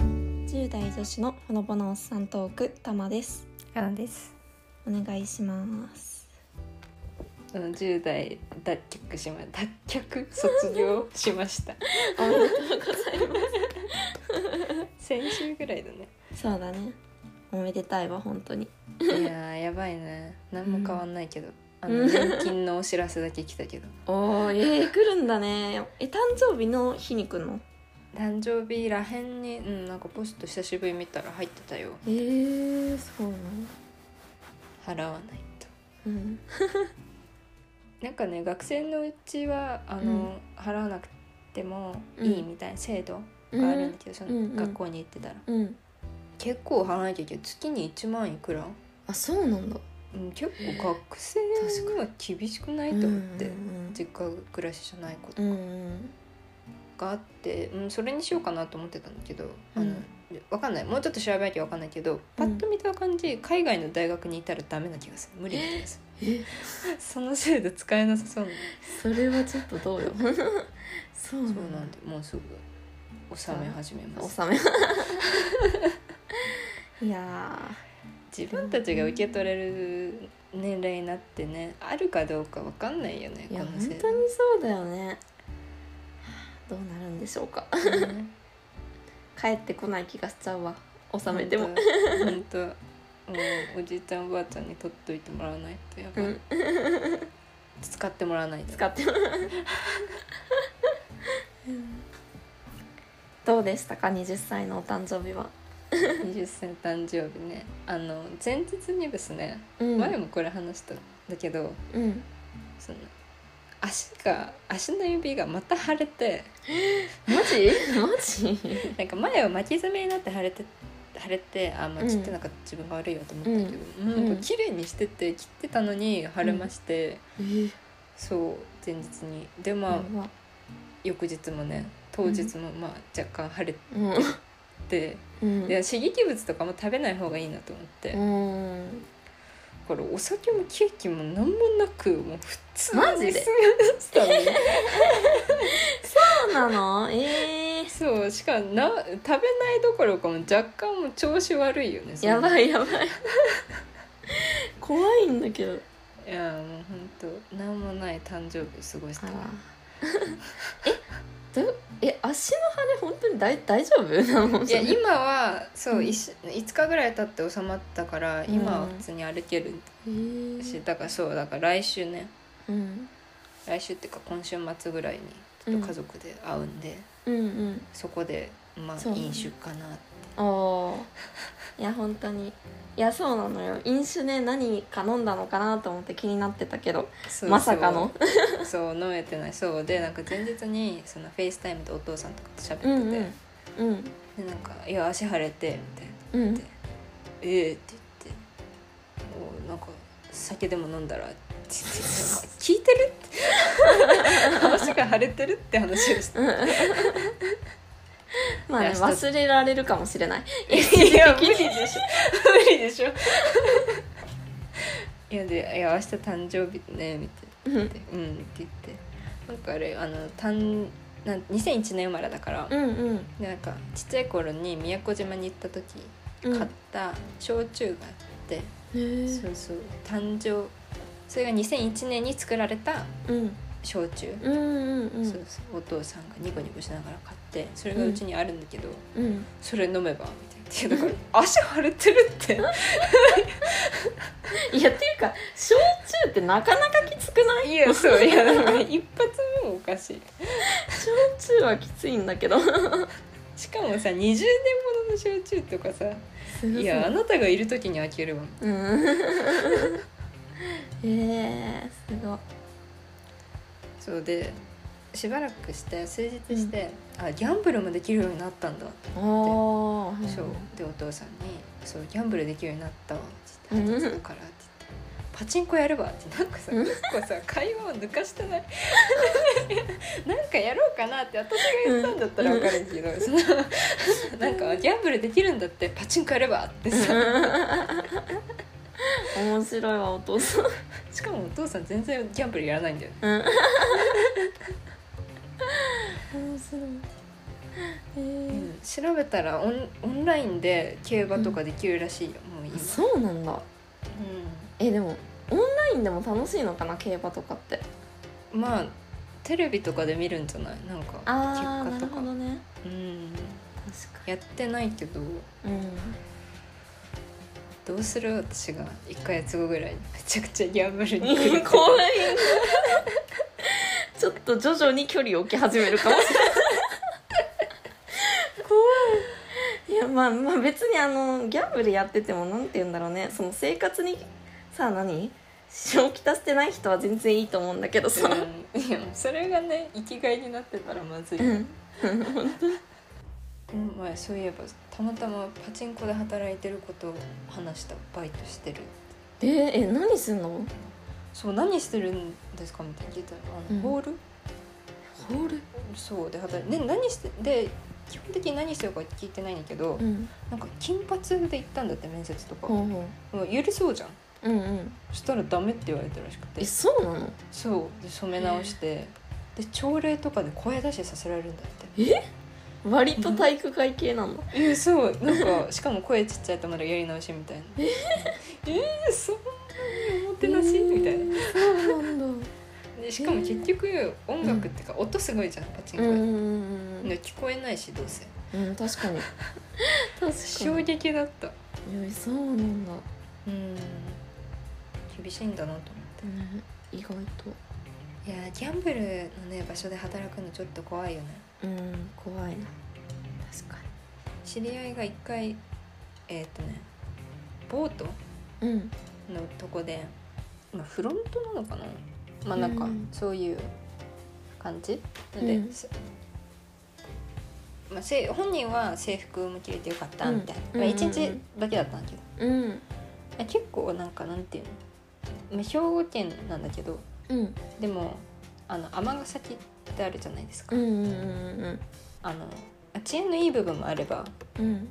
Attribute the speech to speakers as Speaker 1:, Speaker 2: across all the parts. Speaker 1: 20代女子のほのぼのおっさんトークたまです
Speaker 2: かなです。
Speaker 1: お願いします
Speaker 2: うん、十代脱却しま、脱 却卒業しました。
Speaker 1: おめでとうございま
Speaker 2: 先週ぐらいだね。
Speaker 1: すそうだねおめでたいわ本当に
Speaker 2: いやー、やばいね。何も変わんないけど。あ
Speaker 1: う
Speaker 2: の
Speaker 1: ん
Speaker 2: 年金のお知らせだけ来たけど。
Speaker 1: おー えー、来るんだねえ誕生日の日に来るの
Speaker 2: 誕生日らへんに、うん、なんかポスト久しぶり見たら入ってたよ。
Speaker 1: えー、そうなの
Speaker 2: 払わないと。
Speaker 1: うん
Speaker 2: なんかね、学生のうちは、あの、
Speaker 1: うん
Speaker 2: 払わなくても
Speaker 1: うん
Speaker 2: いいみたいな制度があるんだけど、そ
Speaker 1: うんうん
Speaker 2: の学校に行ってたら。
Speaker 1: うん
Speaker 2: 結構払わなきゃいけない。月に一万いくら。
Speaker 1: あそうなんだ
Speaker 2: うん、結構学生には厳しくないと思って、
Speaker 1: うん
Speaker 2: 実家暮らしじゃないこと
Speaker 1: うんうん
Speaker 2: があって、うん、それにしようかなと思ってたんだけど、
Speaker 1: う
Speaker 2: あ
Speaker 1: ん
Speaker 2: の分かんないもうちょっと調べなきゃ分かんないけどパッと見た感じ、海外の大学にいたらダメな気がする無理な気がす
Speaker 1: え
Speaker 2: る その制度使えなさそうな
Speaker 1: それはちょっとどうよ そう
Speaker 2: そうなんでもうすぐ納め始めます
Speaker 1: 納め いや
Speaker 2: 自分たちが受け取れる年齢になってねあるかどうか分かんないよね
Speaker 1: ーいや
Speaker 2: こ
Speaker 1: 本当
Speaker 2: の制
Speaker 1: に
Speaker 2: 度
Speaker 1: そうだよねどうなるんでしょうか
Speaker 2: ね
Speaker 1: 帰ってこない気がしちゃうわ納めても
Speaker 2: 本当もうおじいちゃんおばあちゃんに取っといてもらわないとやばい、
Speaker 1: うん
Speaker 2: 使ってもらわないと
Speaker 1: 使ってどうでしたか20歳のお誕生日は、
Speaker 2: 20歳誕生日ねあの前日にですね、
Speaker 1: うん
Speaker 2: 前もこれ話したんだけど
Speaker 1: うん
Speaker 2: その足が足の指がまた腫れて
Speaker 1: マジマジ
Speaker 2: なんか前は巻き爪になって腫れて腫れてあま
Speaker 1: う
Speaker 2: あ
Speaker 1: ん
Speaker 2: 切ってなんか自分が悪いよと思ったけど、
Speaker 1: ん
Speaker 2: うん、なん
Speaker 1: うん
Speaker 2: か綺麗にしてて切ってたのに腫れまして、
Speaker 1: え
Speaker 2: そう前日にでまあ、翌日もね当日もまあ若干腫れ
Speaker 1: うん
Speaker 2: て、
Speaker 1: うん
Speaker 2: で刺激物とかも食べない方がいいなと思って、
Speaker 1: う
Speaker 2: だ
Speaker 1: ん
Speaker 2: からお酒もケーキも何もなくもう普通
Speaker 1: マジで
Speaker 2: 過ごしたのね
Speaker 1: そうなのえー、
Speaker 2: そうしかもな食べないどころかも若干もう調子悪いよね
Speaker 1: やば
Speaker 2: い
Speaker 1: いやばい怖いんだけど
Speaker 2: いやもう本当何もない誕生日を過ごしたわ
Speaker 1: あら えどえ足の羽本当に大大丈夫なの
Speaker 2: いや今はそう、
Speaker 1: うん
Speaker 2: いし5日ぐらい経って収まったから
Speaker 1: うん
Speaker 2: 今は普通に歩ける
Speaker 1: えー
Speaker 2: し、だからそうだから来週ね
Speaker 1: うん、
Speaker 2: 来週っていうか今週末ぐらいにちょっと家族で会うんで、
Speaker 1: うんうん
Speaker 2: そこでまあ
Speaker 1: そう
Speaker 2: 飲酒かなって
Speaker 1: おーいや本当にいやそうなのよ飲酒ね何か飲んだのかなと思って気になってたけど
Speaker 2: そう
Speaker 1: まさかの
Speaker 2: そうそう飲めてないそうでなんか前日にそのフェイスタイムでお父さんとかと喋ってて、
Speaker 1: うんうんうん
Speaker 2: でなんか「いや足腫れて」みたいな
Speaker 1: うん
Speaker 2: で「ええって言って「おなんか酒でも飲んだら」って言ってなんか聞いて る?」って足が腫れてるって話をして
Speaker 1: まあね
Speaker 2: いや一つ
Speaker 1: 忘れられるかもしれない
Speaker 2: いや無理でしょ無理でしょいやで「いや明日誕生日ね」みたいなって「うん」って言ってなんかあれあのたんなん2001年生まれだから、
Speaker 1: うんうん
Speaker 2: でなんかちっちゃい頃に宮古島に行った時
Speaker 1: うん
Speaker 2: 買った焼酎があって、
Speaker 1: へ
Speaker 2: そ
Speaker 1: ー
Speaker 2: うそう誕生それが2001年に作られた
Speaker 1: うん
Speaker 2: 焼酎、
Speaker 1: うんうんうん
Speaker 2: そうそうお父さんがニコニコしながら買ってそれがうちにあるんだけど、
Speaker 1: うん
Speaker 2: それ飲めばみたいな。いやだ から足腫れてるって
Speaker 1: い やっていうか焼酎ってなかなかきつくない
Speaker 2: いやそう いやなんか一発目もおかしい
Speaker 1: 焼酎はきついんだけど
Speaker 2: しかもさ20年ものの焼酎とかさいやあなたがいる時に開けるわ
Speaker 1: うん えー、すごい
Speaker 2: そうでしばらくして数日して、あギャンブルもできるようになったんだと
Speaker 1: おお
Speaker 2: そうでお父さんに「そうギャンブルできるようになったわ」って
Speaker 1: うん
Speaker 2: 言って「だから」って言って「パチンコやるわ」ってなんかさ
Speaker 1: うん
Speaker 2: 結構さ会話を抜かしてないなんかやろうかなって私が言ったんだったら分かるけど、そのなんかギャンブルできるんだってパチンコやればってさ、
Speaker 1: 面白いわお父さん、
Speaker 2: しかもお父さん全然ギャンブルやらないんだよね
Speaker 1: うん、面白いえー
Speaker 2: 調べたらオンオンラインで競馬とかできるらしいよ、もう今、
Speaker 1: そうなんだえでもオンラインでも楽しいのかな競馬とかって
Speaker 2: うん、まあテレビとかで見るんじゃないなんか
Speaker 1: ああな
Speaker 2: 結
Speaker 1: る
Speaker 2: 果と
Speaker 1: ほ
Speaker 2: か、
Speaker 1: どね
Speaker 2: うん、
Speaker 1: 確か
Speaker 2: やってないけど
Speaker 1: に
Speaker 2: どうする私が1か月後ぐらいにめちゃくちゃギャンブルに来
Speaker 1: う
Speaker 2: る
Speaker 1: ん怖いちょっと徐々に距離を置き始めるかもしれない怖いいやまあまあ別にあのギャンブルやっててもなんて言うんだろうねその生活にさあ何支障をきたしてない人は全然いいと思うんだけどさ、
Speaker 2: うんいやそれがね生きがいになってたらまずい、
Speaker 1: うん、
Speaker 2: うん前そういえばたまたまパチンコで働いてることを話したバイトしてる
Speaker 1: えーえ何すんの
Speaker 2: そう何してるんですかみたいに聞いたらあの、
Speaker 1: うん
Speaker 2: ホール
Speaker 1: ホール
Speaker 2: そうで働いてで何してで基本的に何してるか聞いてないんだけど、
Speaker 1: うん
Speaker 2: なんか金髪で行ったんだって面接とか、
Speaker 1: ほうほ
Speaker 2: もう許そうじゃん
Speaker 1: ううんうん
Speaker 2: そしたらダメって言われたらしくて
Speaker 1: えそうなの
Speaker 2: そうで染め直してで朝礼とかで声出しさせられるんだって
Speaker 1: 割と体育会系なんだ
Speaker 2: えそうなんかしかも声ちっちゃいとまだやり直しみたいなええー、そんなにおもてなしみた いな
Speaker 1: えーそうなんだ
Speaker 2: でしかも結局音楽っていうか音すごいじゃんパチンコ
Speaker 1: うん
Speaker 2: や
Speaker 1: う
Speaker 2: っ
Speaker 1: ん
Speaker 2: て、
Speaker 1: うん
Speaker 2: で聞こえないしどうせ
Speaker 1: うんうん確かに 確
Speaker 2: 衝撃だった
Speaker 1: にいやそうなんだ、
Speaker 2: うん厳しいんだなと思
Speaker 1: ね、意外と
Speaker 2: っていやーギャンブルのね場所で働くのちょっと怖いよね
Speaker 1: うん怖いな確か
Speaker 2: 知り合いが一回えーっ、とねボート
Speaker 1: にうん
Speaker 2: のとこで、まあ、フロントなのかなまあなんか
Speaker 1: うん
Speaker 2: そういう感じ、で、
Speaker 1: うん
Speaker 2: せまあ、せ本人は制服も着れてよかったみたいな、
Speaker 1: うん
Speaker 2: まあ、
Speaker 1: うんうんうん
Speaker 2: 1日だけだったんだけど、
Speaker 1: うん
Speaker 2: まあ結構なんかなんていうの、まあ、兵庫県なんだけど
Speaker 1: うん
Speaker 2: でもあの尼崎ってあるじゃないですか、
Speaker 1: うんうんうん
Speaker 2: あの治安のいい部分もあれば
Speaker 1: うんうん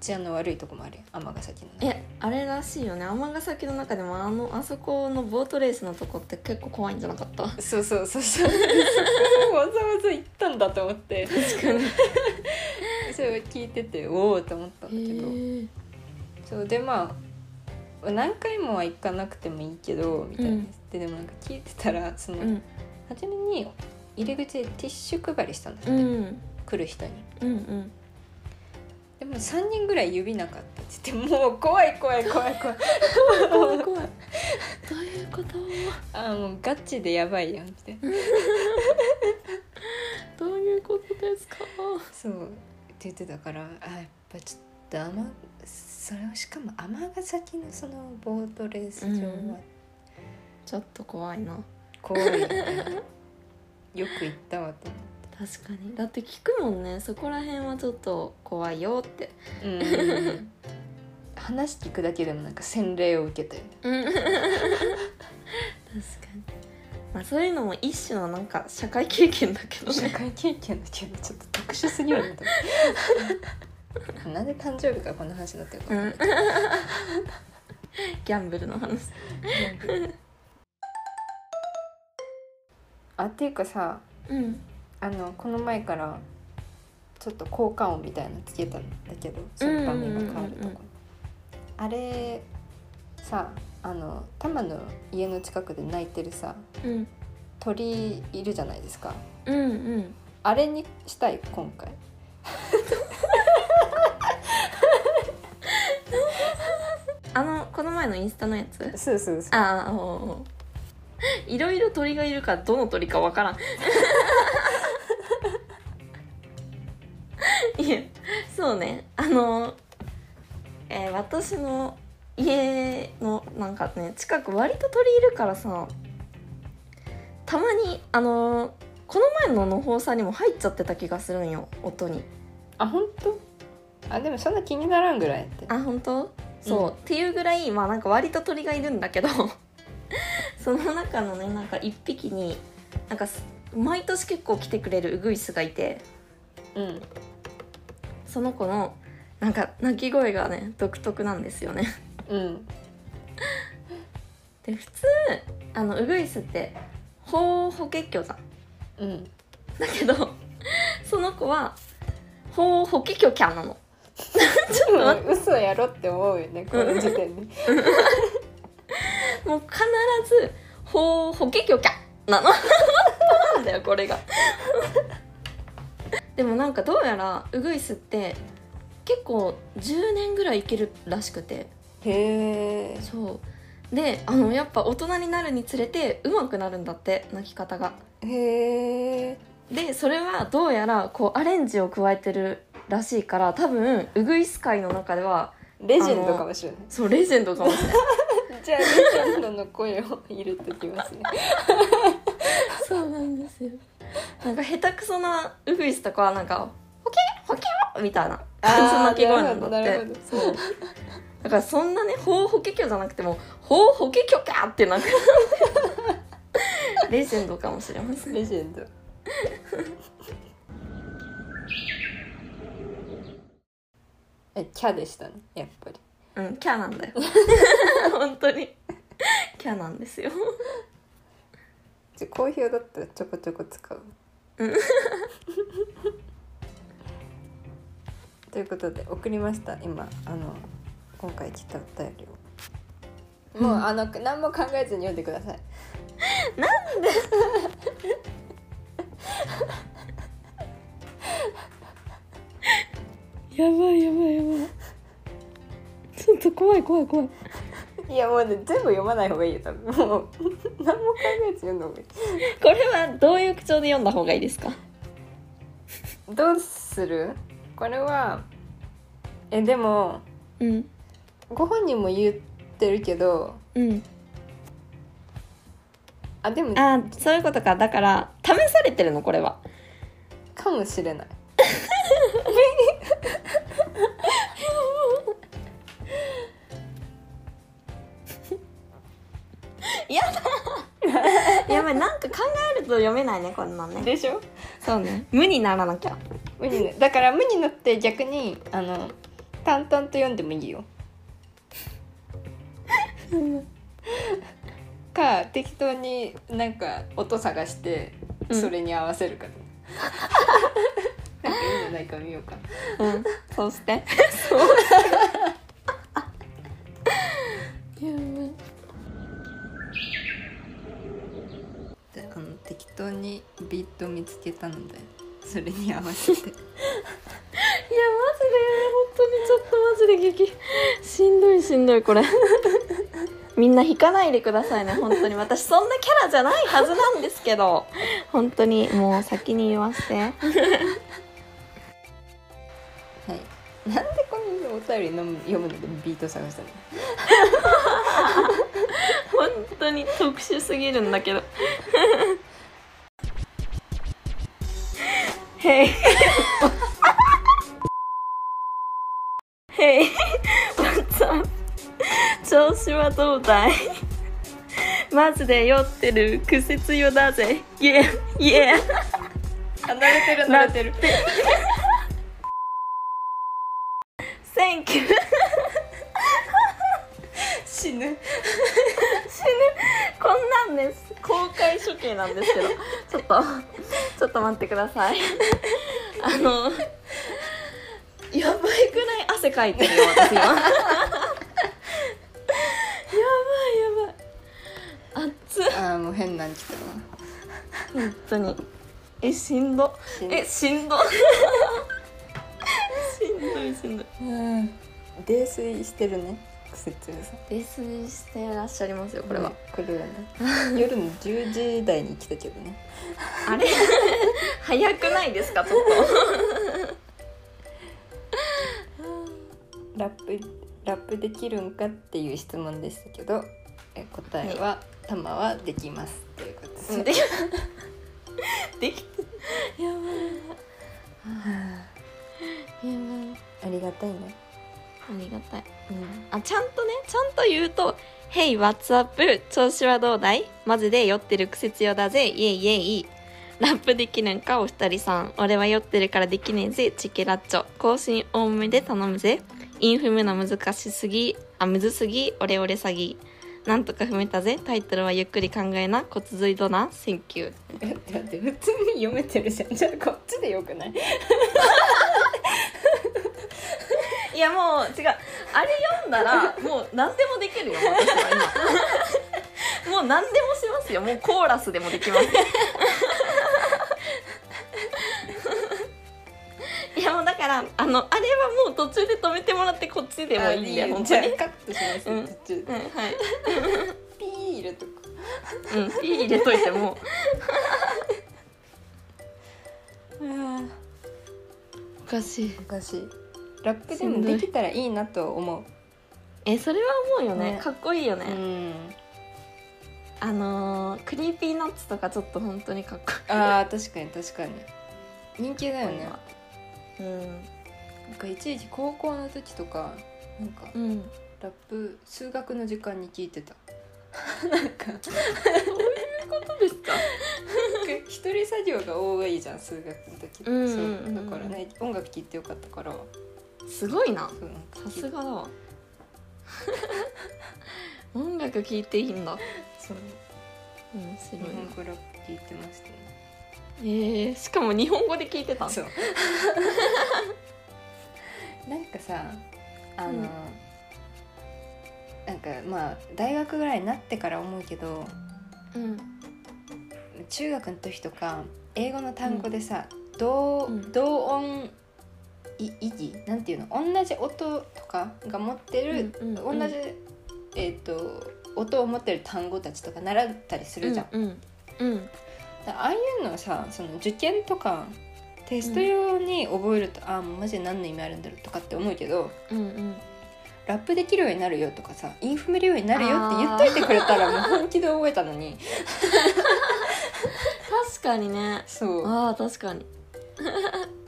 Speaker 2: 治安の悪いとこもあるよ尼崎の
Speaker 1: え
Speaker 2: ね
Speaker 1: あれらしいよね尼崎の中でもあのあそこのボートレースのとこって結構怖いんじゃなかった
Speaker 2: そうそうそうそうそこをわざわざ行ったんだと思って
Speaker 1: 確かに
Speaker 2: それを聞いてておおと思ったんだけど、
Speaker 1: へえ
Speaker 2: そうでまあ何回もは行かなくてもいいけどみたいな、
Speaker 1: うん
Speaker 2: ででもなんか聞いてたらその、
Speaker 1: うん
Speaker 2: 初めに入り口でティッシュ配りしたんだって、
Speaker 1: うん
Speaker 2: 来る人に
Speaker 1: うんうん
Speaker 2: でも3人ぐらい指なかったって言ってもう怖い怖い怖い怖い
Speaker 1: 怖い怖いどういうこと
Speaker 2: あーもうガチでやばいやんって
Speaker 1: どういうことですか
Speaker 2: そうって言ってたからあーやっぱちょっと甘それをしかも尼崎のそのボートレース場
Speaker 1: うん
Speaker 2: は
Speaker 1: ちょっと怖いな
Speaker 2: 怖い、ねよく行ったわと思って。
Speaker 1: 確かにだって聞くもんねそこら辺はちょっと怖いよって
Speaker 2: うん話聞くだけでもなんか洗礼を受けたよね
Speaker 1: うん確かにまあそういうのも一種のなんか社会経験だけど
Speaker 2: 社
Speaker 1: ね
Speaker 2: 会経験だけどちょっと特殊すぎるなと思ってなんで誕生日からこんな話になってるか
Speaker 1: う
Speaker 2: わかん
Speaker 1: ん
Speaker 2: ない
Speaker 1: ギャンブルの話
Speaker 2: けど、あっていうかさ
Speaker 1: うん
Speaker 2: あのこの前からちょっと効果音みたいなのつけたんだけどその場面が変わる
Speaker 1: うんう
Speaker 2: とこ、
Speaker 1: んうんうん
Speaker 2: あれさあのタマの家の近くで鳴いてるさ
Speaker 1: うん
Speaker 2: 鳥いるじゃないですか
Speaker 1: うんうん
Speaker 2: あれにしたい今回
Speaker 1: あのこの前のインスタのやつ
Speaker 2: そうそうそ
Speaker 1: ああおーいろいろ鳥がいるからどの鳥かわからん いやそうねあの、えー私の家のなんかね近く割と鳥いるからさたまにあのこの前ののほうさんにも入っちゃってた気がするんよ音に
Speaker 2: あ本当あでもそんな気にならんぐらいやって
Speaker 1: あ本当そう、
Speaker 2: うん
Speaker 1: っていうぐらいまあなんか割と鳥がいるんだけど その中のねなんか一匹になんかす毎年結構来てくれるウグイスがいて
Speaker 2: うん
Speaker 1: その子のなんか鳴き声がね独特なんですよね。
Speaker 2: うん
Speaker 1: で普通あのウグイスって法法結局じゃん
Speaker 2: うん
Speaker 1: だけどその子はほうほききょきゃなの
Speaker 2: ちょっと待って嘘やろって思うよねこの時点 で
Speaker 1: もう必ずほうほききょきゃなのなんだよこれがでもなんかどうやらウグイスって結構10年ぐらい生きるらしくて
Speaker 2: へえ
Speaker 1: そうであのやっぱ大人になるにつれて上手くなるんだって泣き方が
Speaker 2: へえ
Speaker 1: でそれはどうやらこうアレンジを加えてるらしいから多分ウグイス界の中では
Speaker 2: レジェンドかもしれない
Speaker 1: そうレジェンドかもしれない
Speaker 2: じゃあレジェンドの声を入れてきますね
Speaker 1: そうなんですよなんか下手くそなウグイスとかはなんか「ホケホケホ!」みたいな感じの鳴き声なんだっ
Speaker 2: なる
Speaker 1: て
Speaker 2: ほどなる
Speaker 1: そうだからそんなね「ほうホケキョ」じゃなくても「ほうホケキョキャ!」ってなんかレジェンドかもしれません
Speaker 2: レジェンド えキャでしたねやっぱり
Speaker 1: うんキャなんだよ本当にキャなんですよ
Speaker 2: じゃあ好評だったらちょこちょこ使う
Speaker 1: うん
Speaker 2: ということで送りました今あの今回来たお便りをもう、
Speaker 1: うん
Speaker 2: あの何も考えずに読んでください
Speaker 1: やばいやばいやばいちょっと怖い怖い怖い
Speaker 2: いやもうね全部読まない方がいいよ多分もう何も考えず読んだ方がいい
Speaker 1: これはどういう口調で読んだ方がいいですか
Speaker 2: どうするこれはえでも
Speaker 1: うん
Speaker 2: ご本人も言ってるけど
Speaker 1: うん
Speaker 2: あでも
Speaker 1: あーそういうことかだから試されてるのこれは
Speaker 2: かもしれない
Speaker 1: やばいなんか考えると読めないねこんなん
Speaker 2: でしょ
Speaker 1: そうね無にならなきゃ
Speaker 2: 無になだから無になって逆にあの淡々と読んでもい いよか適当になんか音探して
Speaker 1: うん
Speaker 2: それに合わせるか、なんか いいのないか見ようか
Speaker 1: うんそうしてそうやばい
Speaker 2: であの適当にビート見つけたのでそれに合わせて
Speaker 1: いやマジで本当にちょっとマジで激しんどいしんどいこれみんな引かないでくださいね本当に私そんなキャラじゃないはずなんですけど本当にもう先に言わせて
Speaker 2: はいなんでこんなお便りの読むのでビート探したの
Speaker 1: 本当に特殊すぎるんだけどへいへい What's up 調子はどうだいマジで酔ってる苦節よだぜイエイエ
Speaker 2: あ慣れてる慣れてる
Speaker 1: センキ ュー
Speaker 2: 死
Speaker 1: 死
Speaker 2: ぬ
Speaker 1: ぬこんなんね公開処刑なんですけどちょっとちょっと待ってくださいあのやばいくらい汗かいてるよ私今やばいやばい熱っ
Speaker 2: あーもう変なん来たな
Speaker 1: 本当にえしんど
Speaker 2: しんど
Speaker 1: え しんどしんどいしんどい
Speaker 2: うん泥酔してるね節約さん
Speaker 1: 泥酔してらっしゃいますよこれは、
Speaker 2: ねこれは ね夜の10時台に来たけどね
Speaker 1: あれ 早くないですかちょっ
Speaker 2: ラップラップできるんかっていう質問でしたけどえ答えは「たまはできます」ということです、
Speaker 1: とで できたやばい
Speaker 2: は
Speaker 1: やばい
Speaker 2: あありがたいね、
Speaker 1: ありがたい
Speaker 2: うん、
Speaker 1: あちゃんとねちゃんと言うと「Hey what's up 調子はどうだいマジで酔ってる苦節用だぜイエイイエイ」ラップできるんかお二人さん俺は酔ってるからできねえぜチケラッチョ更新多めで頼むぜインフムの難しすぎあむずすぎオレオレ詐欺なんとか踏めたぜタイトルはゆっくり考えな骨髄どなセンキュー
Speaker 2: だって普通に読めてるじゃんじゃあこっちでよくない
Speaker 1: いやもう違うあれ読んだらもう何でもできるよ私は今もう何でもしますよもうコーラスでもできますいやもうだからあのあれはもう途中で止めてもらってこっちでもいいんだよ
Speaker 2: あ
Speaker 1: 本
Speaker 2: じ
Speaker 1: 当
Speaker 2: ゃあ
Speaker 1: に
Speaker 2: カットします
Speaker 1: うん
Speaker 2: 途中
Speaker 1: うん
Speaker 2: で
Speaker 1: はい
Speaker 2: ピー入れとく
Speaker 1: うんピー入れといても
Speaker 3: おかしい
Speaker 2: おかしいラップでもできたらいいなと思
Speaker 1: えそれは思うよね
Speaker 2: ね
Speaker 1: かっこいいよ
Speaker 2: う
Speaker 1: ね、
Speaker 2: うん
Speaker 1: あのークリーピーナッツとかちょっと本当にかっこ
Speaker 2: あー確かに確かに人気だよね
Speaker 1: いいうん
Speaker 2: なんかいちいち高校の時とかなんか
Speaker 1: うん
Speaker 2: ラップ数学の時間に聞い てたなんか
Speaker 1: そうですか
Speaker 2: 一人作業が多いじゃん数学の時って、
Speaker 1: うんうんうん
Speaker 2: そうだからね音楽聴いてよかったから
Speaker 1: すごいな
Speaker 2: そうなんか
Speaker 1: さすがだわ 音楽聴いていいんだ
Speaker 2: そう
Speaker 1: 面白い
Speaker 2: 日本語ラップ聴いてましたね
Speaker 1: えー、しかも日本語で聴いてた
Speaker 2: そう なんかさあの、
Speaker 1: うん
Speaker 2: なんかまあ大学ぐらいになってから思うけど
Speaker 1: うん
Speaker 2: 中学の時とか英語の単語でさ、同
Speaker 1: うん
Speaker 2: 同音い意義なんていうの同じ音とかが持ってる、
Speaker 1: うんうんうん
Speaker 2: 同じ、えー、と音を持ってる単語たちとか習ったりするじゃん。
Speaker 1: うんうん
Speaker 2: だああいうのはさその受験とかテスト用に覚えると、ああもうマジで何の意味あるんだろうとかって思うけど
Speaker 1: うんうん
Speaker 2: ラップできるようになるよとかさインフメるようになるよって言っといてくれたらもう本気で覚えたの に
Speaker 1: 確かにね
Speaker 2: そう
Speaker 1: あー確かに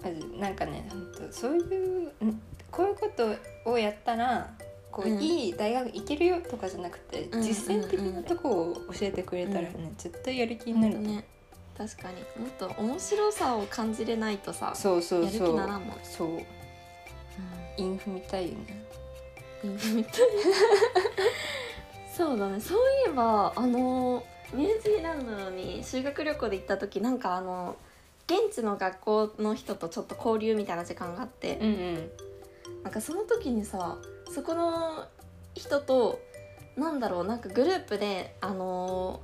Speaker 2: マジなんかね本当そういうんこういうことをやったらこう、
Speaker 1: うん
Speaker 2: いい大学行けるよとかじゃなくて、
Speaker 1: うん
Speaker 2: 実践的なとこを教えてくれたらね、絶対やる気にな
Speaker 1: 本
Speaker 2: る、
Speaker 1: 当ね確かにもっと面白さを感じれないとさ
Speaker 2: そうそう
Speaker 1: やる気
Speaker 2: そ
Speaker 1: なら
Speaker 2: うん
Speaker 1: もん
Speaker 2: そうインフみたいよね
Speaker 1: みたい そうだねそういえばあのニュージーランドに修学旅行で行った時なんかあの現地の学校の人とちょっと交流みたいな時間があって、
Speaker 2: うんうん
Speaker 1: なんかその時にさそこの人となんだろうなんかグループであの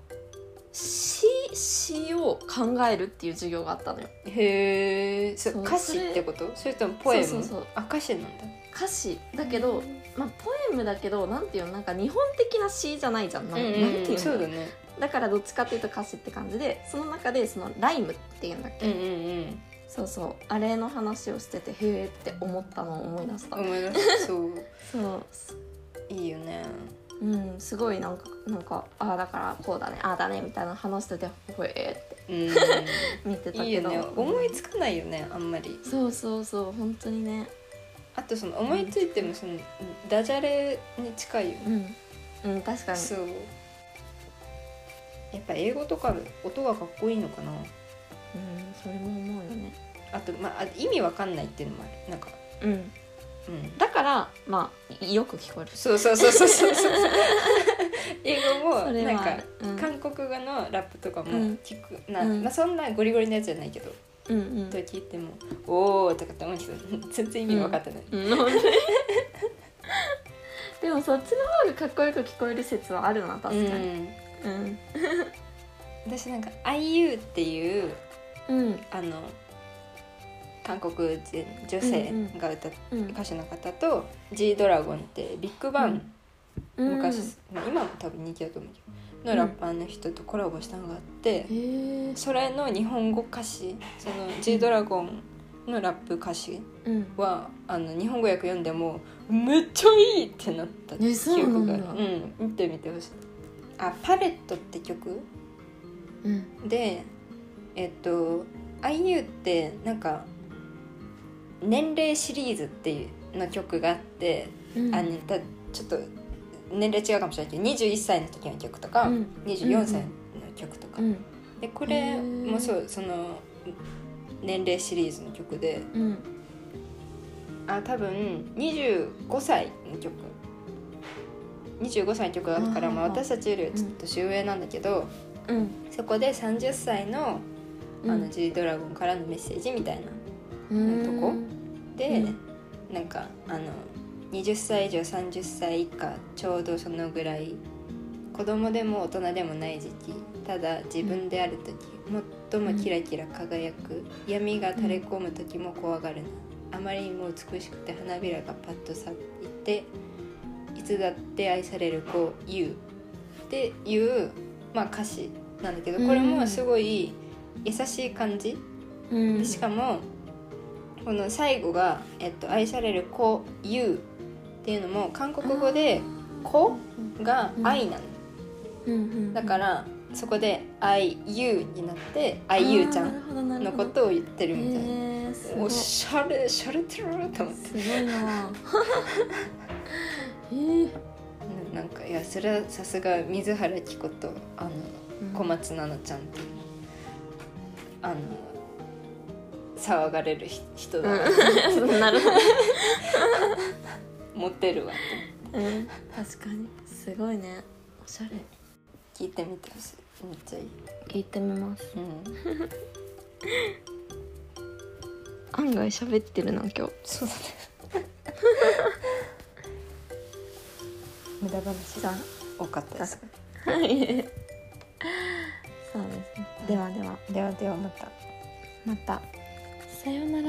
Speaker 1: 詩詩を考えるっていう授業があったのよ
Speaker 2: へえ
Speaker 1: そう
Speaker 2: 歌詞ってことそれともポエム
Speaker 1: そうそうそう
Speaker 2: あ歌詞なんだ
Speaker 1: 歌詞だけど、まあ、ポエムだけどなんていうのなんか日本的な詩じゃないじゃんな,、
Speaker 2: うんん
Speaker 1: なん
Speaker 2: う
Speaker 1: て
Speaker 2: ん
Speaker 1: いうの
Speaker 2: そうだね
Speaker 1: だからどっちかっていうと歌詞って感じでその中でそのライムっていうんだっけ、
Speaker 2: うんうん
Speaker 1: そうそうあれの話をしててへえって思ったのを思い出した、
Speaker 2: うん思い出したそう
Speaker 1: そう
Speaker 2: いいよね
Speaker 1: うんすごいなんかなんかああだからこうだねああだねみたいな話しててへえって
Speaker 2: うんい
Speaker 1: 見てたけど
Speaker 2: いよね思い
Speaker 1: つ
Speaker 2: つかないよねあんまり
Speaker 1: そうそうそう本当にね
Speaker 2: あとその思いついてもそのダジャレに近いよね、
Speaker 1: うんうん確かに
Speaker 2: そうやっぱ英語とか音がかっこいいのかな
Speaker 1: うんそれも思うよね
Speaker 2: あと、まあ、あ意味わかんないっていうのもあるなんか
Speaker 1: うん
Speaker 2: うん
Speaker 1: だからまあよく聞こえる
Speaker 2: そうそうそうそうそうそう英語も
Speaker 1: それ
Speaker 2: なん
Speaker 1: はあ
Speaker 2: か
Speaker 1: る、うん、
Speaker 2: 韓国語のラップとかも
Speaker 1: うん
Speaker 2: 聞く、な
Speaker 1: うん
Speaker 2: まあ、そんなゴリゴリのやつじゃないけど、
Speaker 1: うんうん
Speaker 2: と聞いても「おお」とかって思うけど全然意味分かってない、
Speaker 1: うんなんででもそっちの方がかっこよく聞こえる説はあるな確かに
Speaker 2: うん
Speaker 1: うん
Speaker 2: 私なんか「IU」っていう
Speaker 1: うん
Speaker 2: あの韓国人女性が歌っ
Speaker 1: うん
Speaker 2: 歌手の方と G ドラゴンってビッグバン、
Speaker 1: うん
Speaker 2: 昔、まあ、今も多分人気だと思うけどのラッパーの人とコラボしたのがあって
Speaker 1: へ、え
Speaker 2: それの日本語歌詞その G ドラゴンのラップ歌詞
Speaker 1: うん
Speaker 2: はあの日本語訳読んでもめっちゃいいってなった
Speaker 1: ねそう
Speaker 2: 記
Speaker 1: なん
Speaker 2: 憶
Speaker 1: だ
Speaker 2: がある、うん、見てみてほしいあ「パレット」って曲
Speaker 1: うん
Speaker 2: でえっと IU ってなんか年齢シリーズっていうの曲があって、
Speaker 1: うん
Speaker 2: あのたちょっと年齢違うかもしれないけど21歳の時の曲とか、
Speaker 1: うん
Speaker 2: 24歳の曲とか、
Speaker 1: うん
Speaker 2: でこ
Speaker 1: へ
Speaker 2: れ
Speaker 1: ー
Speaker 2: もそうその年齢シリーズの曲で
Speaker 1: うん
Speaker 2: あ多分25歳の曲25歳の曲だから、まあ、
Speaker 1: あー
Speaker 2: 私たちよりはちょっと年上なんだけど、
Speaker 1: うん
Speaker 2: そこで30歳の
Speaker 1: うん
Speaker 2: あの G ドラゴンからのメッセージみたいな
Speaker 1: うん
Speaker 2: とこで、
Speaker 1: う
Speaker 2: なんかあの20歳以上30歳以下ちょうどそのぐらい子供でも大人でもない時期ただ自分である時、最もキラキラ輝く闇が垂れ込む時も怖がるなあまりにも美しくて花びらがパッと咲いていつだって愛される子 YOU っていう、まあ、歌詞なんだけどこれもすごい優しい感じ、
Speaker 1: うん
Speaker 2: しかもこの最後が、えっと「愛される子 YOU」っていうのも韓国語で「子」が「愛」なの、
Speaker 1: うんうん
Speaker 2: だからそこで「愛 YOU」になって「
Speaker 1: あ
Speaker 2: 愛 YOU ちゃ
Speaker 1: ーなんるほどな」る
Speaker 2: の
Speaker 1: ほど
Speaker 2: ことを言ってるみたいな、
Speaker 1: へーすご
Speaker 2: お
Speaker 1: い
Speaker 2: しゃれしゃれてると思って
Speaker 1: すごいなえー
Speaker 2: うんなんかいやそれはさすが水原希子とあの
Speaker 1: うん
Speaker 2: 小松菜奈ちゃんっていうあの騒がれるひ人だ、
Speaker 1: うんなるほど
Speaker 2: モテるわと
Speaker 1: うん確かにすごいねおしゃれ
Speaker 2: 聞いてみてほしいめっちゃいい、
Speaker 1: 聞いてみます
Speaker 2: うん、
Speaker 1: 案外喋ってるな今日
Speaker 2: そうだね 無駄話が多かったです
Speaker 1: はいそうですねではでは
Speaker 2: ではではまた
Speaker 1: またさようなら